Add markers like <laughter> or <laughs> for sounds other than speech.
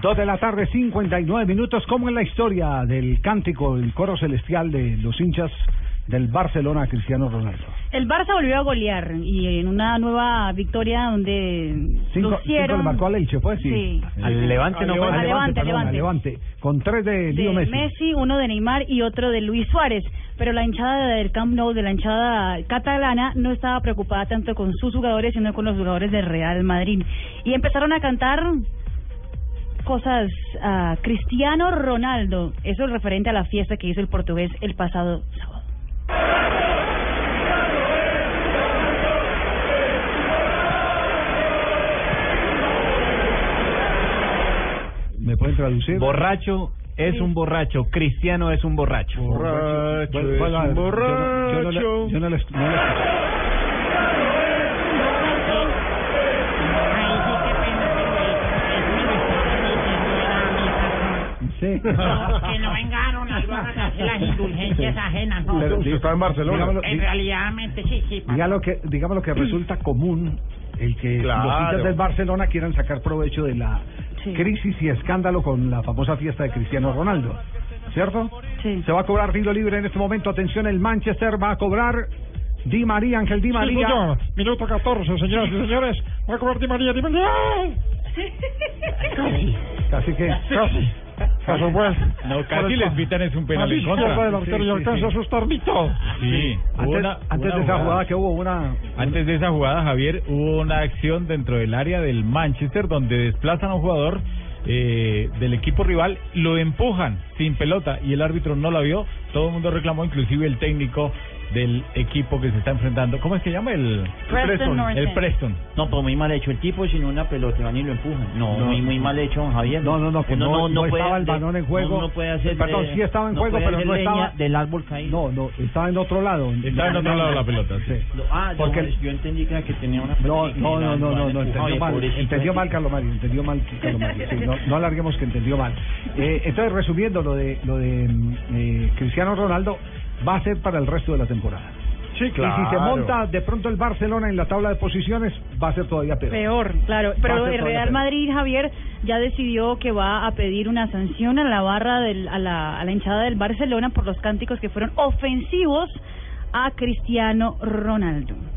Dos de la tarde, 59 minutos. como en la historia del cántico, el coro celestial de los hinchas del Barcelona a Cristiano Ronaldo? El Barça volvió a golear y en una nueva victoria donde Cinco, cinco lucieron- le marcó al Elche, pues sí. Sí. Al Ah, Levante no Al fue. Levante, Al Levante, perdón, al Levante. Levante. Con tres de de Leo Messi. Messi, uno de Neymar y otro de Luis Suárez. Pero la hinchada del Camp Nou, de la hinchada catalana, no estaba preocupada tanto con sus jugadores, sino con los jugadores del Real Madrid. Y empezaron a cantar cosas a Cristiano Ronaldo. Eso es referente a la fiesta que hizo el portugués el pasado sábado. ¿Me pueden traducir? Borracho es un borracho. Cristiano es un borracho. Borracho Bueno, bueno, es un yo no- yo no le- yo no le- no le escuché. Sí. que no <laughs> vengaron las barras de las indulgencias ajenas, no. Pero- Usted está en Barcelona. Digámoslo, En realidad, mente, sí, sí. pa- Digamos que, digamos lo que resulta común el que Claro. los hinchas del Barcelona quieran sacar provecho de la Sí. crisis y escándalo con la famosa fiesta de Cristiano Ronaldo, ¿cierto? Sí. Se va a cobrar tiro libre en este momento. Atención, el Manchester va a cobrar Di María, Ángel Di María. Minuto 14, señoras y señores. Va a cobrar Di María. Di María. Así que Casi. Por supuesto. No, Por casi el les pa- pitan es un a penal la en izquierda del contra. arquero Sí, y sí, alcanza sí. su estornito. Sí, hubo antes, una- antes una de esa jugada- jugada que hubo una... Antes de esa jugada, Javier, hubo una acción dentro del área del Manchester donde desplazan a un jugador eh, del equipo rival, lo empujan sin pelota y el árbitro no la vio. Todo el mundo reclamó, inclusive el técnico del equipo que se está enfrentando. ¿Cómo es que llama el Preston North El End. Preston. No, pero muy mal hecho el tipo, sino una pelota van y lo empujan. No, No. muy, muy mal hecho, don Javier. No, no, no, que Uno no- no puede estaba el hacer- balón en juego. No, no puede hacer. Perdón, sí estaba en juego, puede pero hacer no estaba- leña del árbol caído. No, no, estaba en otro lado. Estaba en otro lado la pelota. sí. Sí. Lo- Ah, Porque- porque yo entendí que, era que tenía una No, pelota y no, que no, la- no, la no, han no, empujado y entendió mal, pobrecito entendió el mal tipo. Carlos Mario, entendió mal Carlos Mario, sí, no, no alarguemos que entendió mal. Eh, entonces, resumiendo lo de lo de mm, eh, Cristiano Ronaldo, va a ser para el resto de la temporada. Sí, Y si se monta de pronto el Barcelona en la tabla de posiciones, va a ser todavía peor. Peor, claro. Va a Pero ser el todavía Real peor. Madrid, Javier, ya decidió que va a pedir una sanción a la barra, del, a, la, a la hinchada del Barcelona por los cánticos que fueron ofensivos a Cristiano Ronaldo.